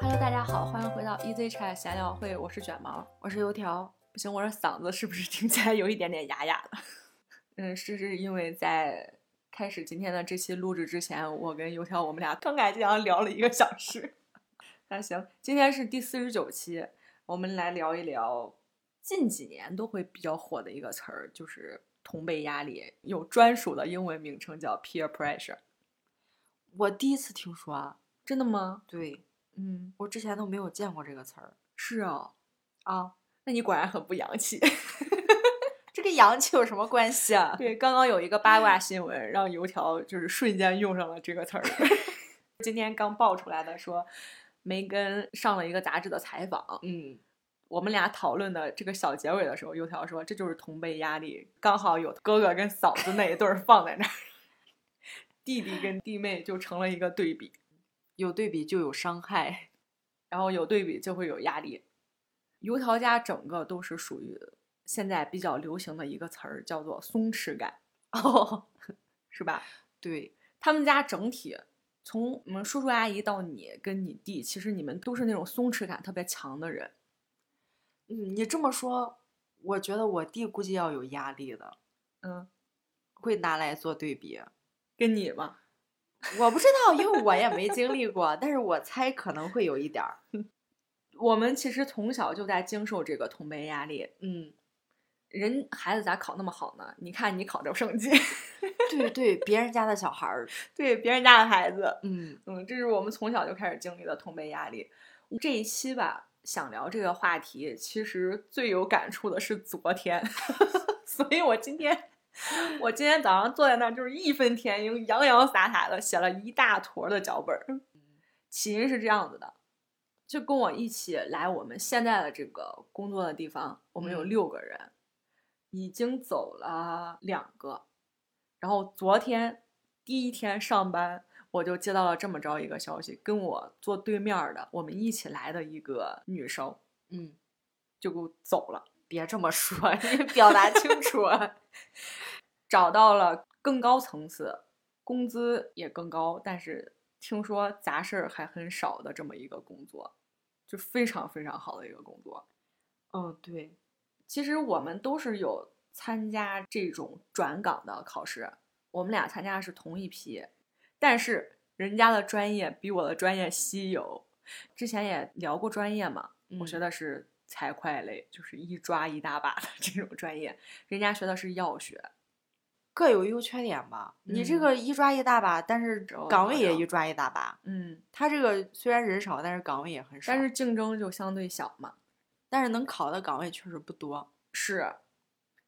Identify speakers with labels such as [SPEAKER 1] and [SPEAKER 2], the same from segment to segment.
[SPEAKER 1] Hello，大家好，欢迎回到 EZ Chat 闲聊会，我是卷毛，
[SPEAKER 2] 我是油条。
[SPEAKER 1] 不行，我这嗓子是不是听起来有一点点哑哑的？ 嗯，是是因为在开始今天的这期录制之前，我跟油条我们俩慷慨激昂聊了一个小时。 那行，今天是第四十九期，我们来聊一聊近几年都会比较火的一个词儿，就是同辈压力，有专属的英文名称叫 peer pressure。
[SPEAKER 2] 我第一次听说啊，
[SPEAKER 1] 真的吗？
[SPEAKER 2] 对
[SPEAKER 1] 嗯，
[SPEAKER 2] 我之前都没有见过这个词儿
[SPEAKER 1] 是啊，
[SPEAKER 2] 啊。
[SPEAKER 1] 那你果然很不洋气。
[SPEAKER 2] 这跟洋气有什么关系啊？
[SPEAKER 1] 对，刚刚有一个八卦新闻，让油条就是瞬间用上了这个词儿。 今天刚爆出来的说，梅根上了一个杂志的采访，
[SPEAKER 2] 嗯，
[SPEAKER 1] 我们俩讨论的这个小结尾的时候，油条说这就是同辈压力，刚好有哥哥跟嫂子那一对儿放在那儿， 弟弟跟弟妹就成了一个对比，
[SPEAKER 2] 有对比就有伤害。
[SPEAKER 1] 然后有对比就会有压力。油条家整个都是属于现在比较流行的一个词儿，叫做松弛感，
[SPEAKER 2] 哦，
[SPEAKER 1] 是吧？
[SPEAKER 2] 对，
[SPEAKER 1] 他们家整体从我们叔叔阿姨到你跟你弟，其实你们都是那种松弛感特别强的人。
[SPEAKER 2] 嗯，你这么说，我觉得我弟估计要有压力的，
[SPEAKER 1] 嗯，
[SPEAKER 2] 会拿来做对比。
[SPEAKER 1] 跟你嘛，
[SPEAKER 2] 我不知道，因为我也没经历过，但是我猜可能会有一点儿。
[SPEAKER 1] 我们其实从小就在经受这个同辈压力。
[SPEAKER 2] 嗯，
[SPEAKER 1] 人孩子咋考那么好呢？你看你考这成绩，
[SPEAKER 2] 对对，别人家的小孩儿，
[SPEAKER 1] 对别人家的孩子，
[SPEAKER 2] 嗯
[SPEAKER 1] 嗯，这是我们从小就开始经历的同辈压力。这一期吧，想聊这个话题，其实最有感触的是昨天， 所以我今天，我今天早上坐在那儿就是义愤填膺、洋洋洒洒的写了一大坨的脚本儿。起因是这样子的，就跟我一起来我们现在的这个工作的地方，我们有
[SPEAKER 2] 嗯
[SPEAKER 1] 六个人，已经走了两个，然后昨天第一天上班，我就接到了这么着一个消息，跟我坐对面儿的我们一起来的一个女生
[SPEAKER 2] 嗯，
[SPEAKER 1] 就给我走了，
[SPEAKER 2] 别这么 说，你表达清楚。
[SPEAKER 1] 啊找到了更高层次，工资也更高，但是听说杂事儿还很少的这么一个工作，就非常非常好的一个工作。
[SPEAKER 2] 嗯，对，
[SPEAKER 1] 其实我们都是有参加这种转岗的考试，我们俩参加的是同一批，但是人家的专业比我的专业稀有。之前也聊过专业嘛，我学
[SPEAKER 2] 嗯
[SPEAKER 1] 的是财会类，就是一抓一大把的这种专业，人家学的是药学。
[SPEAKER 2] 各有优缺点吧。你这
[SPEAKER 1] 嗯
[SPEAKER 2] 个一抓一大把，但是
[SPEAKER 1] 这我
[SPEAKER 2] 岗
[SPEAKER 1] 怎
[SPEAKER 2] 位
[SPEAKER 1] 么
[SPEAKER 2] 也
[SPEAKER 1] 着
[SPEAKER 2] 一抓一大把。
[SPEAKER 1] 嗯，
[SPEAKER 2] 他这个虽然人少，但是岗位也很少。
[SPEAKER 1] 但是竞争就相对小嘛。
[SPEAKER 2] 但是能考的岗位确实不多。
[SPEAKER 1] 是，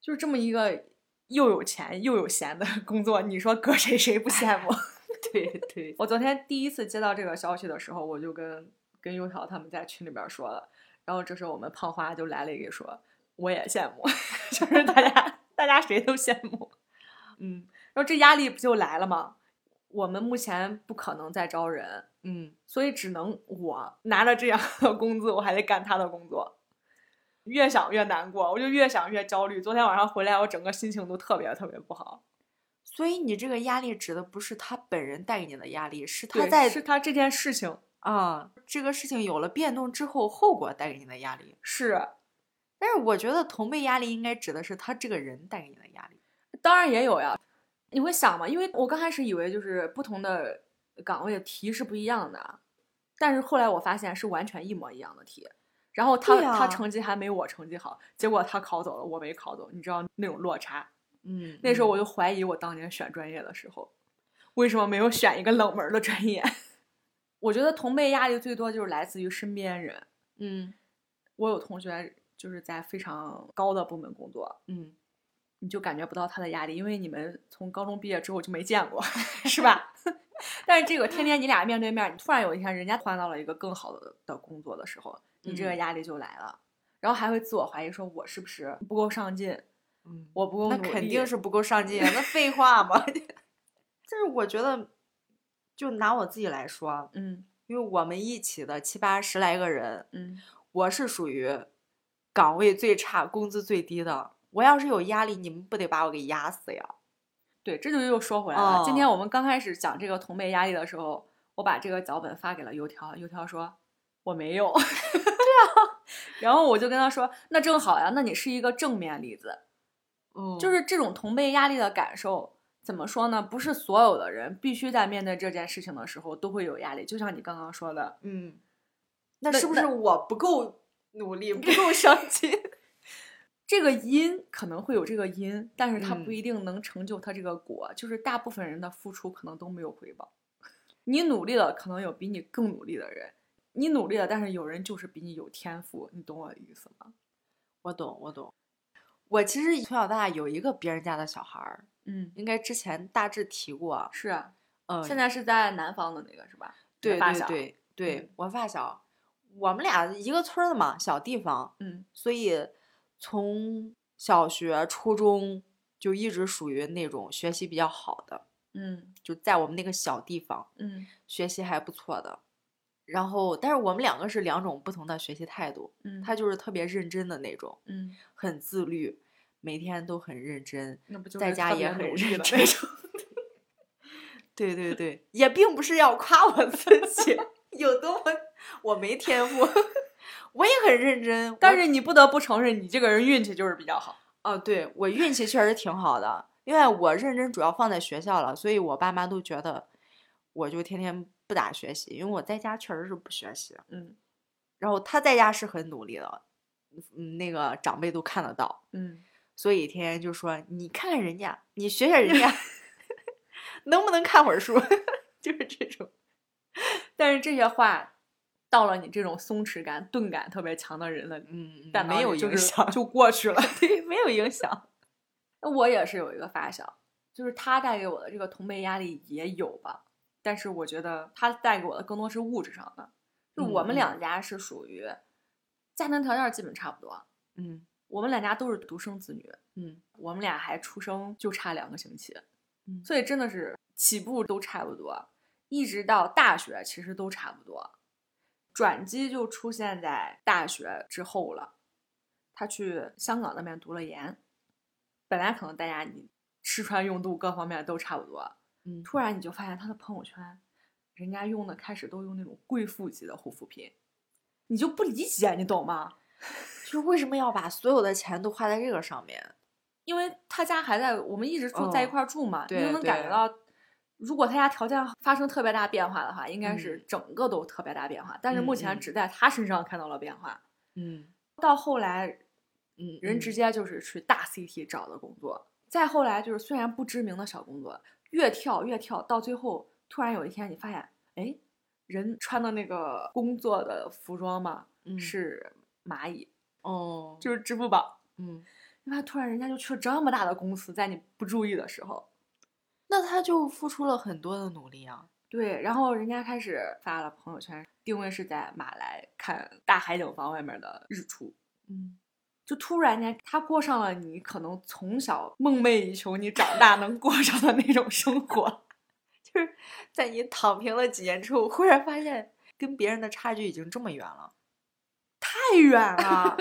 [SPEAKER 1] 就是这么一个又有钱又有闲的工作，你说搁谁谁不羡慕？
[SPEAKER 2] 对对，
[SPEAKER 1] 我昨天第一次接到这个消息的时候，我就跟跟油条他们在群里边儿说了，然后这时候我们胖花就来了一个说，我也羡慕， 就是大家大家谁都羡慕，
[SPEAKER 2] 嗯
[SPEAKER 1] 然后这压力不就来了吗？我们目前不可能再招人，
[SPEAKER 2] 嗯，
[SPEAKER 1] 所以只能我拿着这样的工资，我还得干他的工作，越想越难过，我就越想越焦虑。昨天晚上回来，我整个心情都特别特别不好。
[SPEAKER 2] 所以你这个压力指的不是他本人带给你的压力，是他
[SPEAKER 1] 对
[SPEAKER 2] 在
[SPEAKER 1] 是他这件事情
[SPEAKER 2] 啊、这个事情有了变动之后后果带给你的压力。
[SPEAKER 1] 是
[SPEAKER 2] 但是我觉得同辈压力应该指的是他这个人带给你的压力。
[SPEAKER 1] 当然也有呀。你会想嘛？因为我刚开始以为就是不同的岗位的题是不一样的，但是后来我发现是完全一模一样的题。然后他、
[SPEAKER 2] 对呀
[SPEAKER 1] 他成绩还没我成绩好，结果他考走了，我没考走，你知道那种落差。
[SPEAKER 2] 嗯，
[SPEAKER 1] 那时候
[SPEAKER 2] 嗯
[SPEAKER 1] 我就怀疑我当年选专业的时候，为什么没有选一个冷门儿的专业？ 我觉得同辈压力最多就是来自于身边人。
[SPEAKER 2] 嗯
[SPEAKER 1] 我有同学就是在非常高的部门工作，
[SPEAKER 2] 嗯，
[SPEAKER 1] 你就感觉不到他的压力，因为你们从高中毕业之后就没见过， 是吧？但是这个天天你俩面对面，你突然有一天人家换到了一个更好的的工作的时候，你这个
[SPEAKER 2] 嗯
[SPEAKER 1] 压力就来了，然后还会自我怀疑，说我是不是不够上进，
[SPEAKER 2] 嗯
[SPEAKER 1] 我不够
[SPEAKER 2] 那
[SPEAKER 1] 努
[SPEAKER 2] 肯
[SPEAKER 1] 力
[SPEAKER 2] 定是不够上进啊，那废话嘛。 但是我觉得，就拿我自己来说，啊
[SPEAKER 1] 嗯
[SPEAKER 2] 因为我们一起的七八十来个人，
[SPEAKER 1] 嗯
[SPEAKER 2] 我是属于岗位最差、工资最低的。我要是有压力，你们不得把我给压死呀？
[SPEAKER 1] 对，这就又说回来了。今天
[SPEAKER 2] 哦
[SPEAKER 1] 我们刚开始讲这个同辈压力的时候，我把这个脚本发给了油条，油条说我没有。 对啊， 然后我就跟他说，那正好呀，那你是一个正面例子，
[SPEAKER 2] 嗯，
[SPEAKER 1] 就是这种同辈压力的感受。怎么说呢？不是所有的人必须在面对这件事情的时候都会有压力，就像你刚刚说的，
[SPEAKER 2] 嗯，那
[SPEAKER 1] 那
[SPEAKER 2] 是不
[SPEAKER 1] 那
[SPEAKER 2] 是我不够努力，不够上 进？
[SPEAKER 1] 这个因可能会有这个因，但是它不
[SPEAKER 2] 嗯
[SPEAKER 1] 一定能成就它这个果。就是大部分人的付出可能都没有回报，你努力了，可能有比你更努力的人，你努力了，但是有人就是比你有天赋，你懂我的意思吗？
[SPEAKER 2] 我懂，我懂。我其实从小到大有一个别人家的小孩儿，
[SPEAKER 1] 嗯，
[SPEAKER 2] 应该之前大致提过。
[SPEAKER 1] 是啊，
[SPEAKER 2] 嗯，
[SPEAKER 1] 现在是在南方的那个是吧？
[SPEAKER 2] 对
[SPEAKER 1] 发
[SPEAKER 2] 对
[SPEAKER 1] 小，
[SPEAKER 2] 对对
[SPEAKER 1] 嗯，
[SPEAKER 2] 我发小，我们俩一个村儿的嘛，小地方，
[SPEAKER 1] 嗯
[SPEAKER 2] 所以从小学、初中就一直属于那种学习比较好的，
[SPEAKER 1] 嗯
[SPEAKER 2] 就在我们那个小地方
[SPEAKER 1] 嗯
[SPEAKER 2] 学习还不错的。然后，但是我们两个是两种不同的学习态度，
[SPEAKER 1] 嗯，
[SPEAKER 2] 他就是特别认真的那种，
[SPEAKER 1] 嗯，
[SPEAKER 2] 很自律，每天都很认真，
[SPEAKER 1] 那不嗯就是
[SPEAKER 2] 在家
[SPEAKER 1] 特别
[SPEAKER 2] 也很
[SPEAKER 1] 努力
[SPEAKER 2] 认
[SPEAKER 1] 的
[SPEAKER 2] 真
[SPEAKER 1] 那种？。
[SPEAKER 2] 对对对，也并不是要夸我自己 有多么我没天赋， 我也很认真，
[SPEAKER 1] 但
[SPEAKER 2] 我
[SPEAKER 1] 是你不得不承认，你这个人运气就是比较好。
[SPEAKER 2] 哦，对我运气确实挺好的，因为我认真主要放在学校了，所以我爸妈都觉得我就天天不咋学习，因为我在家确实是不学习，
[SPEAKER 1] 嗯
[SPEAKER 2] 然后他在家是很努力的，嗯，那个长辈都看得到，
[SPEAKER 1] 嗯，
[SPEAKER 2] 所以天天就说你看看人家，你学学人家， 能不能看会儿书， 就是这种。
[SPEAKER 1] 但是这些话到了你这种松弛感、钝感特别强的人的
[SPEAKER 2] 嗯，
[SPEAKER 1] 但
[SPEAKER 2] 没有
[SPEAKER 1] 就
[SPEAKER 2] 影
[SPEAKER 1] 是
[SPEAKER 2] 响，
[SPEAKER 1] 就过去了。
[SPEAKER 2] 对，没有影响。
[SPEAKER 1] 那我也是有一个发小，就是他带给我的这个同辈压力也有吧，但是我觉得他带给我的更多是物质上的。就我们
[SPEAKER 2] 嗯嗯
[SPEAKER 1] 两家是属于家庭条件基本差不多，
[SPEAKER 2] 嗯
[SPEAKER 1] 我们两家都是独生子女，
[SPEAKER 2] 嗯
[SPEAKER 1] 我们俩还出生就差两个星期，
[SPEAKER 2] 嗯
[SPEAKER 1] 所以真的是起步都差不多，一直到大学其实都差不多。转机就出现在大学之后了，他去香港那边读了研，本来可能大家你吃穿用度各方面都差不多，
[SPEAKER 2] 嗯，
[SPEAKER 1] 突然你就发现他的朋友圈，人家用的开始都用那种贵妇级的护肤品，你就不理解，你懂吗？
[SPEAKER 2] 就是为什么要把所有的钱都花在这个上面？
[SPEAKER 1] 因为他家还在，我们一直住在一
[SPEAKER 2] 嗯
[SPEAKER 1] 块儿住嘛，你就
[SPEAKER 2] 对
[SPEAKER 1] 能感觉
[SPEAKER 2] 对
[SPEAKER 1] 到，如果他家条件发生特别大变化的话，应该是
[SPEAKER 2] 嗯
[SPEAKER 1] 整个都特别大变化。但是目前
[SPEAKER 2] 嗯
[SPEAKER 1] 只在他身上看到了变化。
[SPEAKER 2] 嗯
[SPEAKER 1] 到后来，
[SPEAKER 2] 嗯，
[SPEAKER 1] 人直接就是去大 CT 找的工作，再后来就是虽然不知名的小工作，越跳越跳，到最后突然有一天你发现，哎，人穿的那个工作的服装嘛，
[SPEAKER 2] 嗯
[SPEAKER 1] 是蚂蚁，
[SPEAKER 2] 哦，
[SPEAKER 1] 就是支付宝。
[SPEAKER 2] 嗯，
[SPEAKER 1] 你看，突然人家就去了这么大的公司，在你不注意的时候，
[SPEAKER 2] 那他就付出了很多的努力啊。
[SPEAKER 1] 对，然后人家开始发了朋友圈，定位是在马来看大海景房外面的日出，
[SPEAKER 2] 嗯，
[SPEAKER 1] 就突然间他过上了你可能从小梦寐以求你长大能过上的那种生活。
[SPEAKER 2] 就是在你躺平了几年之后，忽然发现跟别人的差距已经这么远了。
[SPEAKER 1] 太远 了。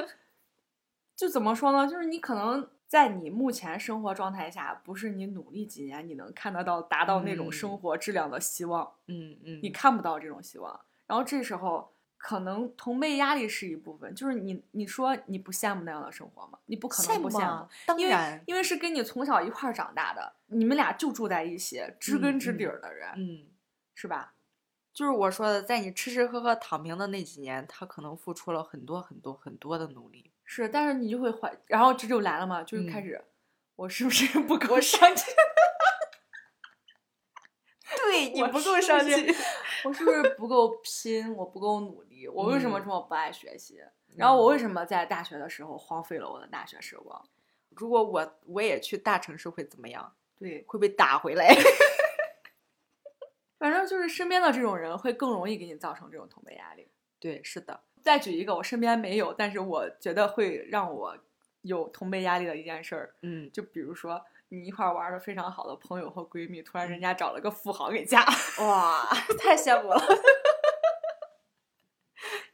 [SPEAKER 1] 就怎么说呢？就是你可能在你目前生活状态下，不是你努力几年你能看得到达到那种生
[SPEAKER 2] 嗯
[SPEAKER 1] 活质量的希望，
[SPEAKER 2] 嗯嗯
[SPEAKER 1] 你看不到这种希望。然后这时候可能同辈压力是一部分，就是你你说你不羡慕那样的生活吗？你不可能不羡慕
[SPEAKER 2] 啊，，当
[SPEAKER 1] 因为
[SPEAKER 2] 然，
[SPEAKER 1] 因为是跟你从小一块儿长大的，你们俩就住在一起，知根
[SPEAKER 2] 嗯
[SPEAKER 1] 知底
[SPEAKER 2] 嗯
[SPEAKER 1] 儿的人，
[SPEAKER 2] 嗯，
[SPEAKER 1] 是吧？
[SPEAKER 2] 就是我说的，在你吃吃喝喝躺平的那几年，他可能付出了很多很多很多的努力。
[SPEAKER 1] 是，但是你就会怀，然后这就来了嘛，就是开
[SPEAKER 2] 嗯
[SPEAKER 1] 始，我是不是不够上 进？
[SPEAKER 2] 对
[SPEAKER 1] 我是不是， 我是不是不够拼？我不够努力？我为什么
[SPEAKER 2] 嗯
[SPEAKER 1] 这么不爱学习？然后我为什么在大学的时候荒废了我的大学时光？
[SPEAKER 2] 如果我我也去大城市会怎么样？
[SPEAKER 1] 对，
[SPEAKER 2] 会被打回来。
[SPEAKER 1] 反正就是身边的这种人会更容易给你造成这种同辈压力。
[SPEAKER 2] 对，是的，
[SPEAKER 1] 再举一个我身边没有，但是我觉得会让我有同辈压力的一件事儿，
[SPEAKER 2] 嗯，
[SPEAKER 1] 就比如说你一块儿玩的非常好的朋友和闺蜜，突然人家找了个富豪给嫁，
[SPEAKER 2] 哇，太羡慕了。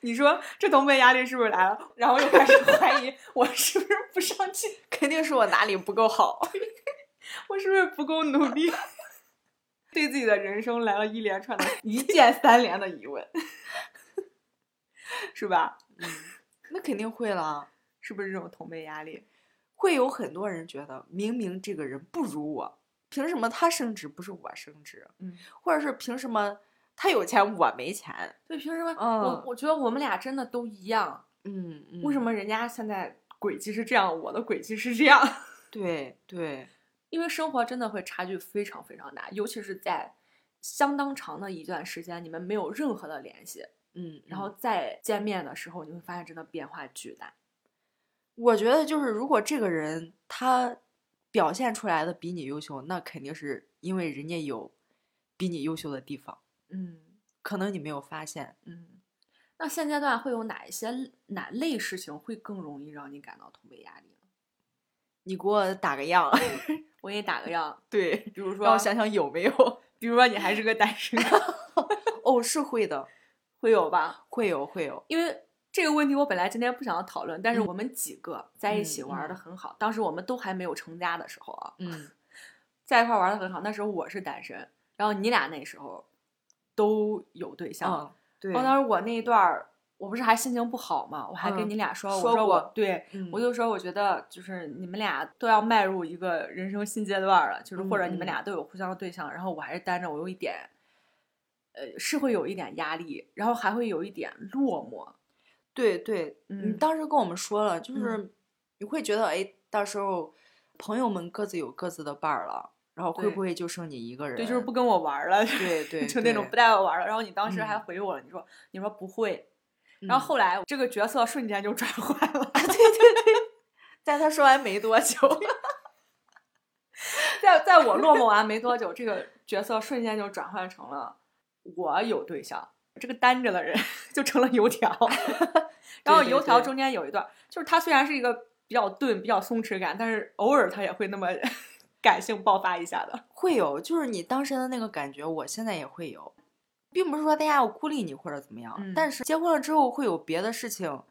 [SPEAKER 1] 你说这同辈压力是不是来了？然后又开始 怀疑我是不是不上进，
[SPEAKER 2] 肯定是我哪里不够好。
[SPEAKER 1] 我是不是不够努力， 对自己的人生来了一连串的一键三连的疑问。 是吧？
[SPEAKER 2] 嗯， 那肯定会了，
[SPEAKER 1] 是不是这种同辈压力？
[SPEAKER 2] 会有很多人觉得明明这个人不如我，凭什么他升职不是我升职？
[SPEAKER 1] 嗯，
[SPEAKER 2] 或者是凭什么他有钱我没钱？
[SPEAKER 1] 对，凭什么？
[SPEAKER 2] 嗯
[SPEAKER 1] 我我觉得我们俩真的都一样，
[SPEAKER 2] 嗯，嗯
[SPEAKER 1] 为什么人家现在轨迹是这样，我的轨迹是这样？
[SPEAKER 2] 对对，
[SPEAKER 1] 因为生活真的会差距非常非常大，尤其是在相当长的一段时间，你们没有任何的联系，
[SPEAKER 2] 嗯，
[SPEAKER 1] 然后
[SPEAKER 2] 嗯
[SPEAKER 1] 再见面的时候，你会发现真的变化巨大。
[SPEAKER 2] 我觉得就是如果这个人他表现出来的比你优秀，那肯定是因为人家有比你优秀的地方，
[SPEAKER 1] 嗯
[SPEAKER 2] 可能你没有发现。
[SPEAKER 1] 嗯，那现阶段会有哪一些哪类事情会更容易让你感到同辈压力呢？
[SPEAKER 2] 你给我打 个样，
[SPEAKER 1] 我给你打个样，
[SPEAKER 2] 对，
[SPEAKER 1] 比如说
[SPEAKER 2] 让我想想有 没有。
[SPEAKER 1] 比如说你还是个单 身，
[SPEAKER 2] 哦，是会的，
[SPEAKER 1] 会有吧？
[SPEAKER 2] 会有会有。
[SPEAKER 1] 因为这个问题我本来今天不想要讨论，但是我们几个在一起
[SPEAKER 2] 嗯
[SPEAKER 1] 玩的
[SPEAKER 2] 嗯
[SPEAKER 1] 很好，当时我们都还没有成家的时候啊，
[SPEAKER 2] 嗯，
[SPEAKER 1] 在一块玩的很好。那时候我是单身，然后你俩那时候都有对象了。
[SPEAKER 2] 嗯，对
[SPEAKER 1] 然后哦当时我那一段儿，我不是还心情不好嘛，我还跟
[SPEAKER 2] 嗯
[SPEAKER 1] 你俩说，
[SPEAKER 2] 说
[SPEAKER 1] 我说我
[SPEAKER 2] 过
[SPEAKER 1] 对
[SPEAKER 2] 嗯
[SPEAKER 1] 我就说，我觉得就是你们俩都要迈入一个人生新阶段了，就是或者你们
[SPEAKER 2] 嗯嗯
[SPEAKER 1] 俩都有互相的对象，然后我还是单着，我有一点，呃，是会有一点压力，然后还会有一点落寞。
[SPEAKER 2] 对对，你
[SPEAKER 1] 嗯
[SPEAKER 2] 当时跟我们说了，就
[SPEAKER 1] 嗯
[SPEAKER 2] 是你会觉得，哎，到时候朋友们各自有各自的伴儿了，然后会
[SPEAKER 1] 对
[SPEAKER 2] 不会就剩你一个人？
[SPEAKER 1] 对，就是不跟我玩儿了，
[SPEAKER 2] 对对
[SPEAKER 1] 就那种
[SPEAKER 2] 对
[SPEAKER 1] 不带我玩儿了。然后你当时还
[SPEAKER 2] 嗯
[SPEAKER 1] 回我了，你说你说不会，
[SPEAKER 2] 嗯。
[SPEAKER 1] 然后后来这个角色瞬间就转换了，
[SPEAKER 2] 在他说完没多久，
[SPEAKER 1] 在在我落寞完没多久，这个角色瞬间就转换成了我有对象，这个单着的人 就成了油 条。然后
[SPEAKER 2] 对
[SPEAKER 1] 油条
[SPEAKER 2] 对
[SPEAKER 1] 中间有一段，就是他虽然是一个比较钝、比较松弛感，但是偶尔他也会那么 感性爆发一下的。
[SPEAKER 2] 会有，就是你当时的那个感觉，我现在也会有，并不是说大家要孤立你或者怎么样，
[SPEAKER 1] 嗯
[SPEAKER 2] 但是结婚了之后会有别的事情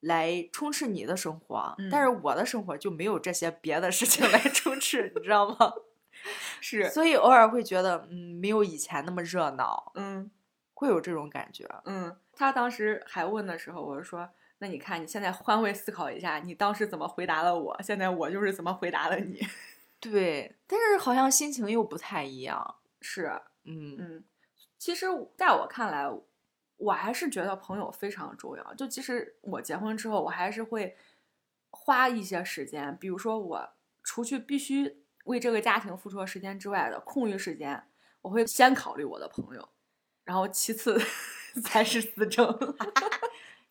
[SPEAKER 2] 来充斥你的生活，但是我的生活就没有这些别的事情 来充斥，你知道 吗？
[SPEAKER 1] 是，
[SPEAKER 2] 所以偶尔会觉得，嗯，没有以前那么热闹，
[SPEAKER 1] 嗯
[SPEAKER 2] 会有这种感觉。
[SPEAKER 1] 嗯。他当时还问的时候，我就说：“那你看，你现在换位思考一下，你当时怎么回答了我，现在我就是怎么回答了你。
[SPEAKER 2] 对，但是好像心情又不太一样。”
[SPEAKER 1] 是，
[SPEAKER 2] 嗯
[SPEAKER 1] 嗯，其实在我看来，我还是觉得朋友非常重要。就即使我结婚之后，我还是会花一些时间，比如说我除去必须为这个家庭付出的时间之外的空余时间，我会先考虑我的朋友，然后其次 才是思政。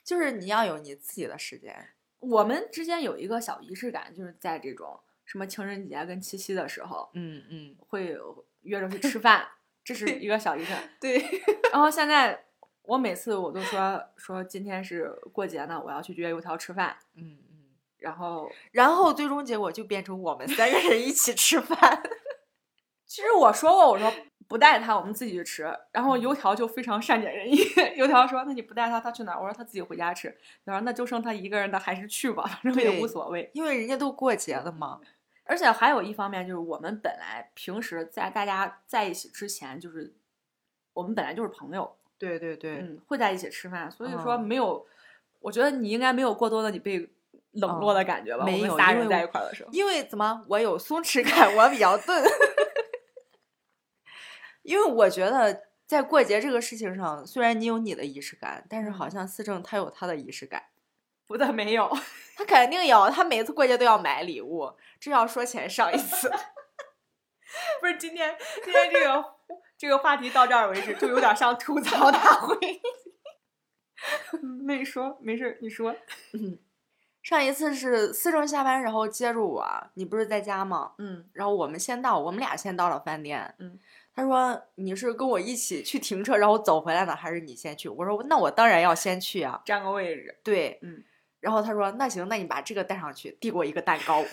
[SPEAKER 2] 就是你要有你自己的时间。
[SPEAKER 1] 我们之间有一个小仪式感，就是在这种什么情人节跟七夕的时候，
[SPEAKER 2] 嗯嗯，
[SPEAKER 1] 会有约着去吃饭，这是一个小仪式感。
[SPEAKER 2] 对，
[SPEAKER 1] 然后现在我每次我都说说今天是过节呢，我要去约油条吃饭。
[SPEAKER 2] 嗯嗯。
[SPEAKER 1] 然后
[SPEAKER 2] 然后最终结果就变成我们三个人一起吃饭。
[SPEAKER 1] 其实我说过，我说不带他，我们自己去吃。然后油条就非常善解人意， 油条说那你不带他，他去哪儿？我说他自己回家吃。他说那就剩他一个人的，还是去吧，反正也无
[SPEAKER 2] 对
[SPEAKER 1] 所谓。
[SPEAKER 2] 因为人家都过节了嘛，
[SPEAKER 1] 而且还有一方面就是，我们本来平时在大家在一起之前，就是我们本来就是朋友，
[SPEAKER 2] 对对对
[SPEAKER 1] 嗯，会在一起吃饭，所以说
[SPEAKER 2] 嗯
[SPEAKER 1] 没有，我觉得你应该没有过多的你被冷落的感觉吧？
[SPEAKER 2] 嗯没
[SPEAKER 1] 我
[SPEAKER 2] 有
[SPEAKER 1] 们仨
[SPEAKER 2] 因
[SPEAKER 1] 人
[SPEAKER 2] 为
[SPEAKER 1] 在
[SPEAKER 2] 我
[SPEAKER 1] 一块儿的时 候，
[SPEAKER 2] 因为怎么我有松弛感，我比较钝， 因为我觉得在过节这个事情上，虽然你有你的仪式感，但是好像思政他有他的仪式感，
[SPEAKER 1] 不但没有，
[SPEAKER 2] 他肯定有，他每次过节都要买礼物，这要说起来上一次，
[SPEAKER 1] 不是今天今天这个这个话题到这儿为止，就有点像吐槽大会。 没说，没事儿，你说，
[SPEAKER 2] 上一次是思政下班然后接住我，你不是在家吗？
[SPEAKER 1] 嗯
[SPEAKER 2] 然后我们先到，我们俩先到了饭店。
[SPEAKER 1] 嗯，
[SPEAKER 2] 他说你是跟我一起去停车，然后走回来呢，还是你先去？我说那我当然要先去啊。
[SPEAKER 1] 占个位置，
[SPEAKER 2] 对，
[SPEAKER 1] 嗯。
[SPEAKER 2] 然后他说那行，那你把这个带上去，递给我一个蛋 糕，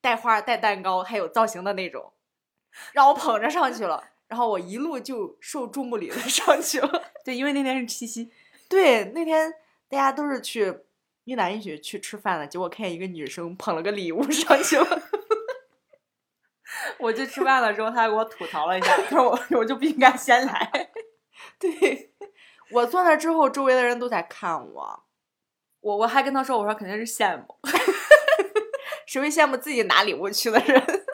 [SPEAKER 2] 带花、带蛋糕，还有造型的那种，让我捧着上去了。然后我一路就受注目礼的 上去 了。
[SPEAKER 1] 对，因为那天是七夕，
[SPEAKER 2] 对，那天大家都是去一男一女去吃饭的，结果看见一个女生捧了个礼物上去了。
[SPEAKER 1] 我去吃 饭了之后，他还给我吐槽了一下，他说我我就不应该先来，
[SPEAKER 2] 对，我坐那之后，周围的人都在看我，
[SPEAKER 1] 我我还跟他说，我说肯定是羡慕，
[SPEAKER 2] 谁会羡慕自己拿礼物去的人？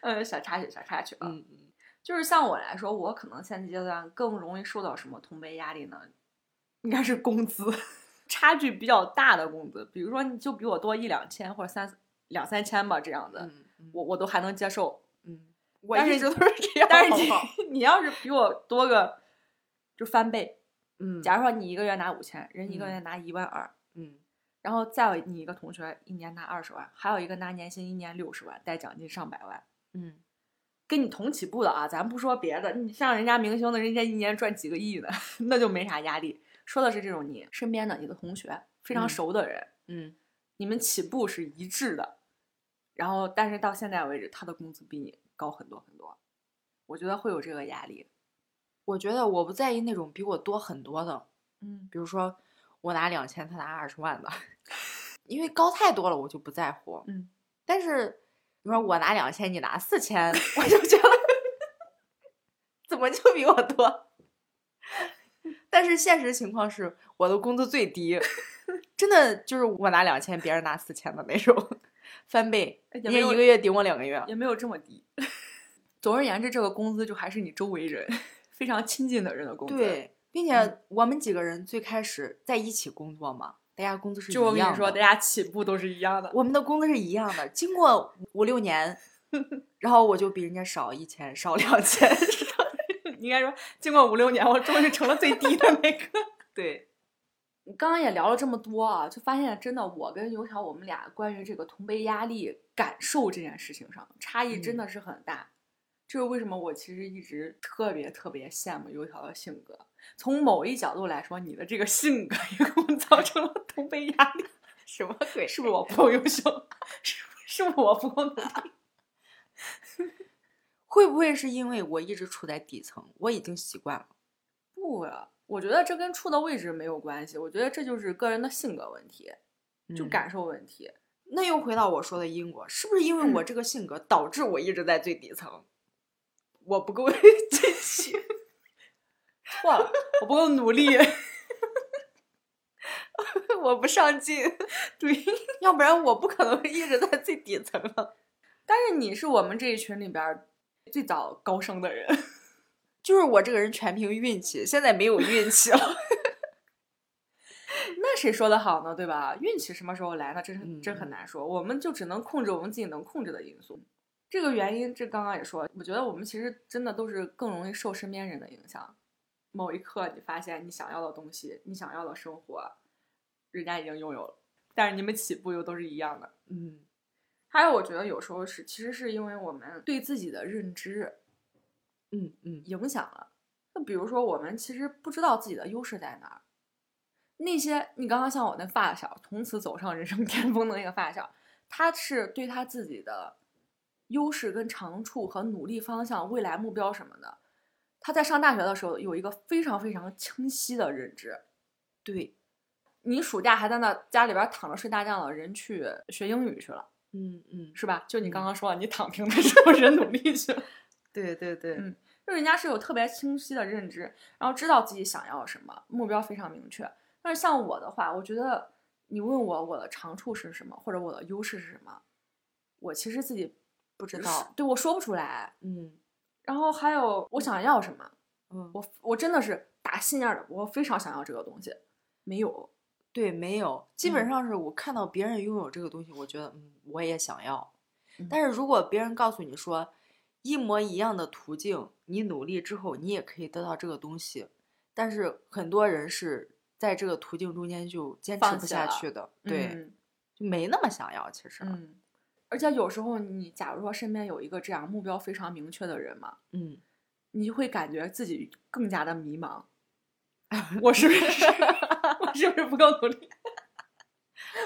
[SPEAKER 1] 呃，小插曲，小插曲啊，
[SPEAKER 2] 嗯，嗯
[SPEAKER 1] 就是像我来说，我可能现阶段更容易受到什么同辈压力呢？应该是工资差距比较大的工资，比如说你就比我多一两千或者三两三千吧，这样的，
[SPEAKER 2] 嗯嗯
[SPEAKER 1] 我我都还能接受。
[SPEAKER 2] 嗯，我
[SPEAKER 1] 但是
[SPEAKER 2] 一直都是这样，
[SPEAKER 1] 但是
[SPEAKER 2] 好
[SPEAKER 1] 你
[SPEAKER 2] 不好
[SPEAKER 1] 你要是比我多个就翻倍，
[SPEAKER 2] 嗯
[SPEAKER 1] 假如说你一个月拿五千，人一个
[SPEAKER 2] 嗯
[SPEAKER 1] 月拿一万二、
[SPEAKER 2] 嗯，
[SPEAKER 1] 然后再有你一个同学一年拿二十万，还有一个拿年薪一年六十万，带奖金上百万，
[SPEAKER 2] 嗯，
[SPEAKER 1] 跟你同起步的啊，咱不说别的，你像人家明星的，人家一年赚几个亿呢， 那就没啥压力。说的是这种你身边的你的同学，非常
[SPEAKER 2] 嗯
[SPEAKER 1] 熟的人，
[SPEAKER 2] 嗯，
[SPEAKER 1] 你们起步是一致的，然后但是到现在为止，他的工资比你高很多很多，我觉得会有这个压力。
[SPEAKER 2] 我觉得我不在意那种比我多很多的，
[SPEAKER 1] 嗯，
[SPEAKER 2] 比如说我拿两千，他拿二十万的， 因为高太多了，我就不在乎。
[SPEAKER 1] 嗯，
[SPEAKER 2] 但是你说我拿两千，你拿四千，我就觉得怎么就比我多？但是现实情况是，我的工资最低，真的就是我拿两千，别人拿四千的那种， 翻倍，
[SPEAKER 1] 哎也
[SPEAKER 2] 人
[SPEAKER 1] 没
[SPEAKER 2] 家
[SPEAKER 1] 有
[SPEAKER 2] 一个月顶我两个月。
[SPEAKER 1] 也没有这么低。 总而言之，这个工资就还是你周围人 非常亲近的人的工资。，
[SPEAKER 2] 对，
[SPEAKER 1] 嗯
[SPEAKER 2] 并且我们几个人最开始在一起工作嘛，大家工资是一
[SPEAKER 1] 就我
[SPEAKER 2] 样
[SPEAKER 1] 跟
[SPEAKER 2] 的。
[SPEAKER 1] 你说，大家起步都是一样的。
[SPEAKER 2] 我们的工资是一样的，经过五六年，然后我就比人家少一千，少两千。
[SPEAKER 1] 应该说，经过五六年，我终于成了最低的那个。
[SPEAKER 2] 对，
[SPEAKER 1] 你刚刚也聊了这么多啊，就发现真的，我跟油条我们俩关于这个同辈压力感受这件事情上差异真的是很大。这是为什么我其实一直特别特别羡慕油条的性格。从某一角度来说，你的这个性格也给我造成了同辈压力。
[SPEAKER 2] 什么鬼？
[SPEAKER 1] 是不是我不够优秀？是 是不是我不够努力？
[SPEAKER 2] 会不会是因为我一直处在底层，我已经习惯了？
[SPEAKER 1] 不呀，我觉得这跟处的位置没有关系，我觉得这就是个人的性格问题，就
[SPEAKER 2] 嗯
[SPEAKER 1] 感受问题。
[SPEAKER 2] 那又回到我说的因果，是不是因
[SPEAKER 1] 嗯
[SPEAKER 2] 为我这个性格导致我一直在最底层？我 不够珍惜，
[SPEAKER 1] 错了，我不够努力。
[SPEAKER 2] 我不上进，
[SPEAKER 1] 对，
[SPEAKER 2] 要不然我不可能一直在最底层了。
[SPEAKER 1] 但是你是我们这一群里边儿最早高升的人，
[SPEAKER 2] 就是我这个人全凭运气，现在没有运气了。
[SPEAKER 1] 那谁说的好呢？对吧？运气什么时候来呢？真是真很
[SPEAKER 2] 嗯
[SPEAKER 1] 难说。我们就只能控制我们自己能控制的因素。这个原因，这刚刚也说，我觉得我们其实真的都是更容易受身边人的影响。某一刻，你发现你想要的东西，你想要的生活，人家已经拥有了，但是你们起步又都是一样的。
[SPEAKER 2] 嗯
[SPEAKER 1] 还有，我觉得有时候是，其实是因为我们对自己的认知
[SPEAKER 2] 嗯嗯
[SPEAKER 1] 影响了。就比如说，我们其实不知道自己的优势在哪儿。那些你刚刚像我那发小，从此走上人生巅峰的那个发小，他是对他自己的优势跟长处和努力方向、未来目标什么的，他在上大学的时候有一个非常非常清晰的认知。
[SPEAKER 2] 对，
[SPEAKER 1] 你暑假还在那家里边躺着睡大觉的人去学英语去了，
[SPEAKER 2] 嗯嗯，
[SPEAKER 1] 是吧？就你
[SPEAKER 2] 嗯
[SPEAKER 1] 刚刚说了，你躺平的时候人努力去了。
[SPEAKER 2] 对对对，
[SPEAKER 1] 嗯就人家是有特别清晰的认知，然后知道自己想要什么，目标非常明确。但是像我的话，我觉得你问我我的长处是什么，或者我的优势是什么，我其实自己
[SPEAKER 2] 不知道，
[SPEAKER 1] 对我说不出来。
[SPEAKER 2] 嗯
[SPEAKER 1] 然后还有我想要什么，
[SPEAKER 2] 嗯，
[SPEAKER 1] 我我真的是打心眼儿的，我非常想要这个东西，没有。
[SPEAKER 2] 对，没有，基本
[SPEAKER 1] 嗯
[SPEAKER 2] 上是我看到别人拥有这个东西，我觉得嗯，我也想要。但
[SPEAKER 1] 是
[SPEAKER 2] 是如果别人告诉你说一模一样的途径，你努力之后你也可以得到这个东西，但是很多人是在这个途径中间就坚持
[SPEAKER 1] 放
[SPEAKER 2] 不
[SPEAKER 1] 弃
[SPEAKER 2] 下
[SPEAKER 1] 了
[SPEAKER 2] 去的，对，
[SPEAKER 1] 嗯
[SPEAKER 2] 就没那么想要。其实，
[SPEAKER 1] 嗯，而且有时候你假如说身边有一个这样目标非常明确的人嘛，
[SPEAKER 2] 嗯，
[SPEAKER 1] 你就会感觉自己更加的迷茫。 我是不是 我是不是不够努力？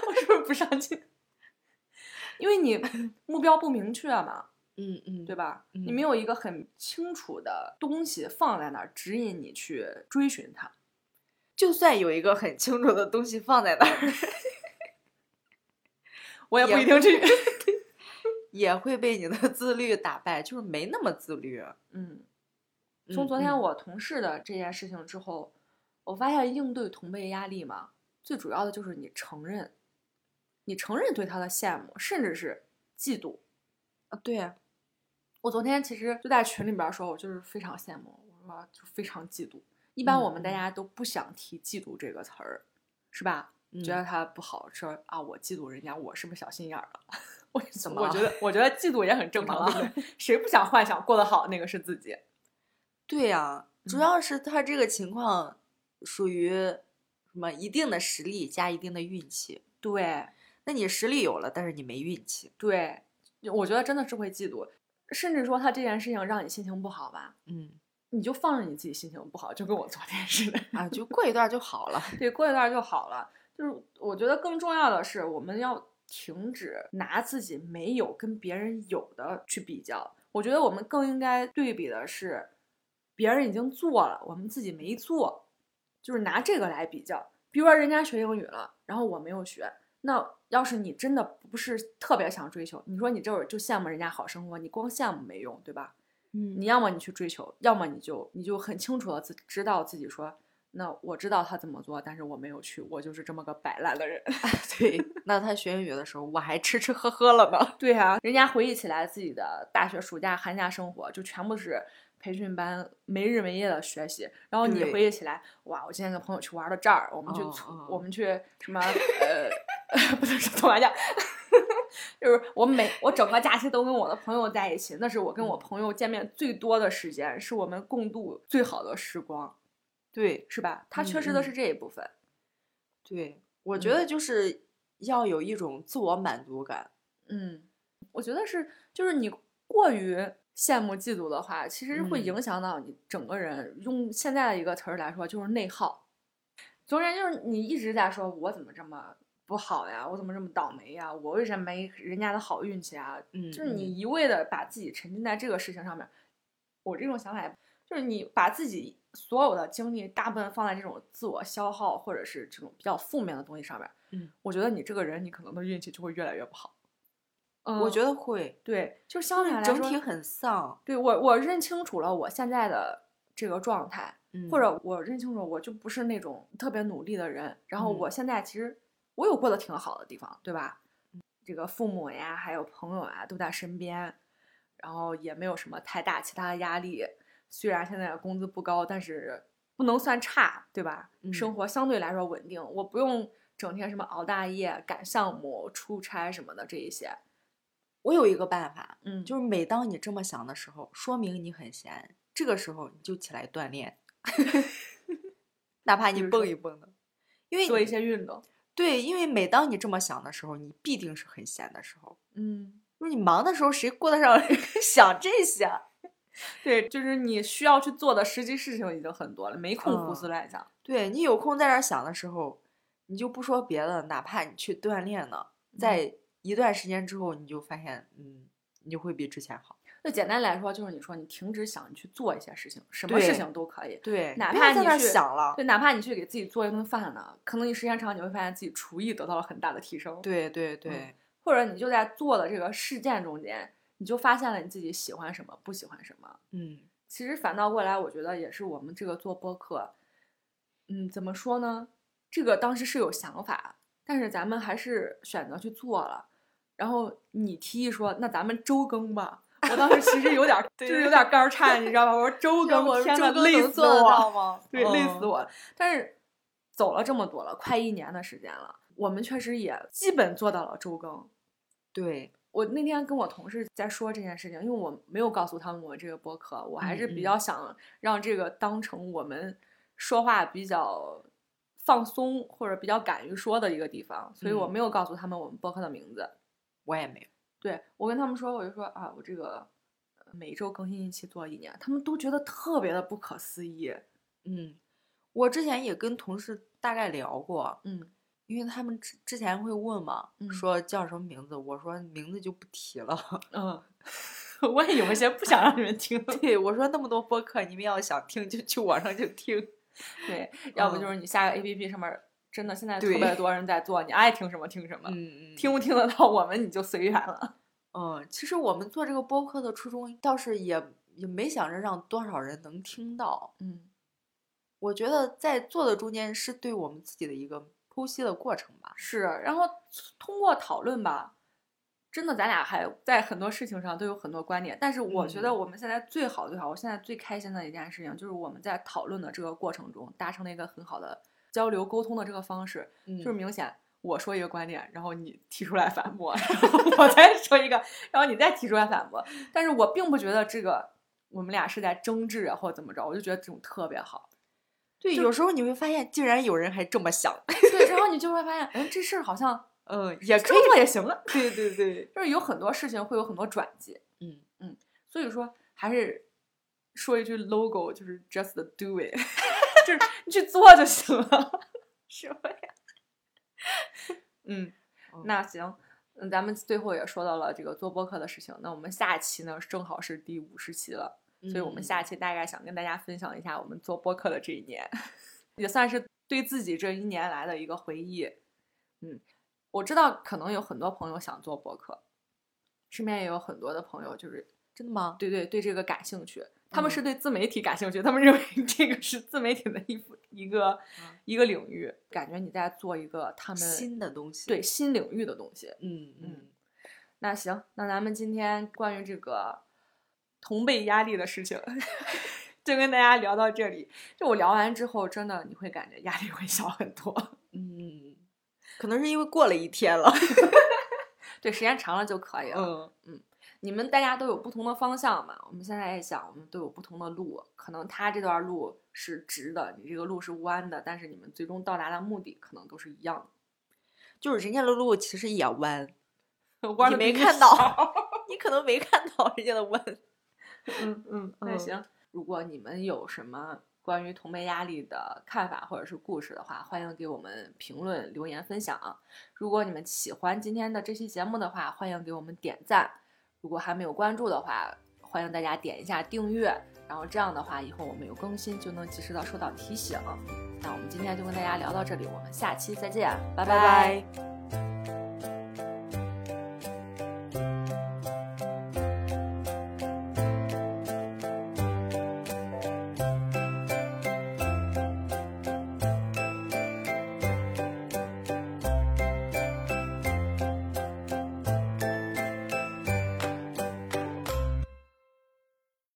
[SPEAKER 1] 我是不是不上进？因为你目标不明确嘛，
[SPEAKER 2] 嗯嗯，
[SPEAKER 1] 对
[SPEAKER 2] 吧？
[SPEAKER 1] 吧？你
[SPEAKER 2] 嗯
[SPEAKER 1] 没有一个很清楚的东西放在那儿指引你去追寻它。
[SPEAKER 2] 就算有一个很清楚的东西放在那儿，
[SPEAKER 1] 我也
[SPEAKER 2] 也
[SPEAKER 1] 不一定 去。
[SPEAKER 2] 也会被你的自律打败，就是没那么自律。啊
[SPEAKER 1] 嗯，从
[SPEAKER 2] 嗯
[SPEAKER 1] 昨天
[SPEAKER 2] 嗯
[SPEAKER 1] 我同事的这件事情之后，我发现应对同辈压力嘛，最主要的就是你承认，你承认对他的羡慕，甚至是嫉妒。
[SPEAKER 2] 啊，对呀、
[SPEAKER 1] 我昨天其实就在群里边儿说，我就是非常羡慕，我说就非常嫉妒。一般我们大
[SPEAKER 2] 嗯嗯
[SPEAKER 1] 家都不想提嫉妒这个词儿，是吧？觉得
[SPEAKER 2] 嗯
[SPEAKER 1] 他不好，说啊，我嫉妒人家，我是不是小心眼儿了？ 我
[SPEAKER 2] 怎
[SPEAKER 1] 我
[SPEAKER 2] 么
[SPEAKER 1] 觉得，我觉得嫉妒也很正
[SPEAKER 2] 怎
[SPEAKER 1] 常，
[SPEAKER 2] 么
[SPEAKER 1] 对不对？谁不想幻想过得好，那个是自己。
[SPEAKER 2] 对呀、主
[SPEAKER 1] 嗯
[SPEAKER 2] 要是他这个情况属于什么一定的实力加一定的运气。
[SPEAKER 1] 对
[SPEAKER 2] 那你实力有了，但是你没运气，
[SPEAKER 1] 对，我觉得真的是会嫉妒，甚至说他这件事情让你心情不好吧，
[SPEAKER 2] 嗯
[SPEAKER 1] 你就放着你自己心情不好，就跟我昨天似的。
[SPEAKER 2] 啊，就过一段儿就好了。
[SPEAKER 1] 对，过一段儿就好了。就是我觉得更重要的是，我们要停止拿自己没有跟别人有的去比较。我觉得我们更应该对比的是，别人已经做了，我们自己没做，就是拿这个来比较。比如说人家学英语了，然后我没有学，那要是你真的不是特别想追求，你说你这会儿就羡慕人家好生活，你光羡慕没用，对吧？
[SPEAKER 2] 嗯
[SPEAKER 1] 你要么你去追求，要么你就你就很清楚的自知道自己说，那我知道他怎么做，但是我没有去，我就是这么个摆烂的人。
[SPEAKER 2] 对，那他学英语的时候，我还吃吃喝喝 了 呢。
[SPEAKER 1] 对啊，人家回忆起来自己的大学暑假、寒假生活，就全部是培训班没日没夜的学习。然后你
[SPEAKER 2] 对
[SPEAKER 1] 回忆起来，哇，我今天跟朋友去玩到这儿，我们去
[SPEAKER 2] 哦
[SPEAKER 1] 搓、
[SPEAKER 2] 哦
[SPEAKER 1] 我们去什么呃， 不能说搓麻将。就是我每我整个假期都跟我的朋友在一起，那是我跟我
[SPEAKER 2] 嗯
[SPEAKER 1] 朋友见面最多的时间，是我们共度最好的时光。
[SPEAKER 2] 对
[SPEAKER 1] 是吧？他
[SPEAKER 2] 嗯
[SPEAKER 1] 缺失的
[SPEAKER 2] 嗯
[SPEAKER 1] 是这一部分。
[SPEAKER 2] 对，我
[SPEAKER 1] 嗯
[SPEAKER 2] 觉得就是要有一种自我满足感。
[SPEAKER 1] 嗯，我觉得是，就是你过于羡慕嫉妒的话，其实会
[SPEAKER 2] 嗯
[SPEAKER 1] 影响到你整个人。用现在的一个词儿来说，就是内耗。总而言之，就是你一直在说我怎么这么不好呀，我怎么这么倒霉呀，我为什么没人家的好运气啊？
[SPEAKER 2] 嗯，
[SPEAKER 1] 就是
[SPEAKER 2] 嗯
[SPEAKER 1] 你一味的把自己沉浸在这个事情上面，我这种想法也，就是你把自己所有的精力大部分放在这种自我消耗或者是这种比较负面的东西上面，
[SPEAKER 2] 嗯，
[SPEAKER 1] 我觉得你这个人你可能的运气就会越来越不好。嗯，
[SPEAKER 2] 我觉得会
[SPEAKER 1] 对，就是相对来
[SPEAKER 2] 整
[SPEAKER 1] 说
[SPEAKER 2] 体很丧，
[SPEAKER 1] 对我我认清楚了我现在的这个状态，
[SPEAKER 2] 嗯
[SPEAKER 1] 或者我认清楚我就不是那种特别努力的人，然后
[SPEAKER 2] 嗯
[SPEAKER 1] 我现在其实我有过得挺好的地方，对吧？这个父母呀，还有朋友啊都在身边，然后也没有什么太大其他的压力。虽然现在工资不高，但是不能算差，对吧？生
[SPEAKER 2] 嗯
[SPEAKER 1] 活相对来说稳定，我不用整天什么熬大夜、赶项目、出差什么的这一些。
[SPEAKER 2] 我有一个办法，
[SPEAKER 1] 嗯，
[SPEAKER 2] 就是每当你这么想的时候，说明你很闲，这个时候你就起来锻炼， 哪怕
[SPEAKER 1] 比
[SPEAKER 2] 你
[SPEAKER 1] 如
[SPEAKER 2] 蹦
[SPEAKER 1] 说
[SPEAKER 2] 一蹦的，因为
[SPEAKER 1] 做一
[SPEAKER 2] 你
[SPEAKER 1] 些运动。
[SPEAKER 2] 对，因为每当你这么想的时候，你必定是很闲的时候。
[SPEAKER 1] 嗯，
[SPEAKER 2] 就是你忙的时候，谁顾得上 想这些？啊
[SPEAKER 1] 对，就是你需要去做的实际事情已经很多了，没空胡
[SPEAKER 2] 嗯
[SPEAKER 1] 思乱想。
[SPEAKER 2] 对你有空在这儿想的时候，你就不说别的，哪怕你去锻炼呢，
[SPEAKER 1] 嗯
[SPEAKER 2] 在一段时间之后，你就发现，嗯，你就会比之前好。
[SPEAKER 1] 就简单来说，就是你说你停止想，你去做一些事情，什么事
[SPEAKER 2] 对
[SPEAKER 1] 情都可以。
[SPEAKER 2] 对，
[SPEAKER 1] 哪
[SPEAKER 2] 不要
[SPEAKER 1] 怕
[SPEAKER 2] 在
[SPEAKER 1] 你
[SPEAKER 2] 那儿
[SPEAKER 1] 是
[SPEAKER 2] 想了，
[SPEAKER 1] 对，哪怕你去给自己做一顿饭呢，可能你时间长，你会发现自己厨艺得到了很大的提升。，
[SPEAKER 2] 对对对。
[SPEAKER 1] 或者你就在做的这个事件中间，你就发现了你自己喜欢什么，不喜欢什么。
[SPEAKER 2] 嗯
[SPEAKER 1] 其实反倒过来，我觉得也是我们这个做播客，嗯，怎么说呢？这个当时是有想法，但是咱们还是选择去做了。然后你提议说，那咱们周更吧。我当时其实有 点儿，就
[SPEAKER 2] 对
[SPEAKER 1] 是有点儿肝儿颤，你知道吧？我说周
[SPEAKER 2] 让
[SPEAKER 1] 更，天呐，累死
[SPEAKER 2] 做得
[SPEAKER 1] 我了
[SPEAKER 2] 到吗？
[SPEAKER 1] 对，累
[SPEAKER 2] 嗯
[SPEAKER 1] 死。我了。但是走了这么多了，快一年的时间了，我们确实也基本做到了周更。
[SPEAKER 2] 对，
[SPEAKER 1] 我那天跟我同事在说这件事情，因为我没有告诉他们我这个播客，我还
[SPEAKER 2] 嗯
[SPEAKER 1] 是比
[SPEAKER 2] 嗯
[SPEAKER 1] 较想让这个当成我们说话比较放松或者比较敢于说的一个地方，所以我
[SPEAKER 2] 嗯
[SPEAKER 1] 没有告诉他们我们播客的名字。
[SPEAKER 2] 我也没有。
[SPEAKER 1] 对我跟他们说，我就说啊，我这个呃每周更新一期做一年，他们都觉得特别的不可思议。
[SPEAKER 2] 嗯，我之前也跟同事大概聊过，
[SPEAKER 1] 嗯
[SPEAKER 2] 因为他们之之前会问嘛，
[SPEAKER 1] 嗯
[SPEAKER 2] 说叫什么名字，我说名字就不提 了。
[SPEAKER 1] 嗯， 我也有一些不想 让你们听的。
[SPEAKER 2] 对，我说那么多播客，你们要想听就去网上就 听。
[SPEAKER 1] 对，要不
[SPEAKER 2] 嗯
[SPEAKER 1] 就是你下个 A P P 上面儿，真的现在特
[SPEAKER 2] 对
[SPEAKER 1] 别多人在做，你爱听什么听什么。
[SPEAKER 2] 嗯嗯，
[SPEAKER 1] 听不听得到我们你就随缘了。
[SPEAKER 2] 嗯，其实我们做这个播客的初衷倒是也也没想着让多少人能听到。
[SPEAKER 1] 嗯
[SPEAKER 2] 我觉得在做的中间是对我们自己的一个剖析的过程吧。
[SPEAKER 1] 是，然后通过讨论吧，真的咱俩还在很多事情上都有很多观点，但是我觉得
[SPEAKER 2] 嗯
[SPEAKER 1] 我们现在最好最好，我现在最开心的一件事情就是我们在讨论的这个过程中达成了一个很好的交流沟通的这个方式，
[SPEAKER 2] 嗯
[SPEAKER 1] 就是明显。我说一个观点，然后你提出来反驳， 然后我再说一个，然后你再提出来反驳。但是我并不觉得这个我们俩是在争执啊或怎么着，我就觉得这种特别好。
[SPEAKER 2] 对，
[SPEAKER 1] 就
[SPEAKER 2] 有时候你会发现，竟然有人还这么想，
[SPEAKER 1] 对，然后你就会发现，哎，这事儿好像
[SPEAKER 2] 嗯，也
[SPEAKER 1] 这
[SPEAKER 2] 可以
[SPEAKER 1] 么。做也行了。
[SPEAKER 2] 对对对，
[SPEAKER 1] 就是有很多事情会有很多转机，
[SPEAKER 2] 嗯，
[SPEAKER 1] 所以说还是说一句 logo，就是 just do it，就是 你去做就行了。
[SPEAKER 2] 是会。
[SPEAKER 1] 嗯
[SPEAKER 2] 嗯，
[SPEAKER 1] 那行，嗯咱们最后也说到了这个做播客的事情，那我们下期呢正好是第五十期了，所以
[SPEAKER 2] 嗯
[SPEAKER 1] 我们下期大概想跟大家分享一下我们做播客的这一年， 也算是对自己这一年来的一个回忆。嗯，我知道可能有很多朋友想做播客，身边也有很多的朋友就是
[SPEAKER 2] 真的吗？
[SPEAKER 1] 对对对这个感兴趣，他们
[SPEAKER 2] 嗯
[SPEAKER 1] 是对自媒体感兴趣，他们认为 这个是自媒体的一部一个、
[SPEAKER 2] 嗯
[SPEAKER 1] 一个领域，感觉你在做一个他们
[SPEAKER 2] 新的东西。
[SPEAKER 1] 对，新领域的东西。
[SPEAKER 2] 嗯嗯
[SPEAKER 1] 嗯，那行，那咱们今天关于这个同辈压力的事情， 就跟大家聊到这里。就我聊完之后，真的你会感觉压力会小很多，
[SPEAKER 2] 嗯，可能是因为过了一天了。
[SPEAKER 1] 对，时间长了就可以了。
[SPEAKER 2] 嗯
[SPEAKER 1] 你们大家都有不同的方向嘛，我们现在也想，我们都有不同的路，可能他这段路是直的，你这个路是弯的，但是你们最终到达的目的可能都是一样
[SPEAKER 2] 就是人家的路其实也弯，
[SPEAKER 1] 的。
[SPEAKER 2] 你没看到， 你可能没看到人家的弯。
[SPEAKER 1] 嗯嗯，那
[SPEAKER 2] 嗯
[SPEAKER 1] 行，如果你们有什么关于同辈压力的看法或者是故事的话，欢迎给我们评论、留言、分享。如果你们喜欢今天的这期节目的话，欢迎给我们点赞。如果还没有关注的话，欢迎大家点一下订阅，然后这样的话，以后我们有更新就能及时的收到提醒。那我们今天就跟大家聊到这里，我们下期再见，拜
[SPEAKER 2] 拜拜。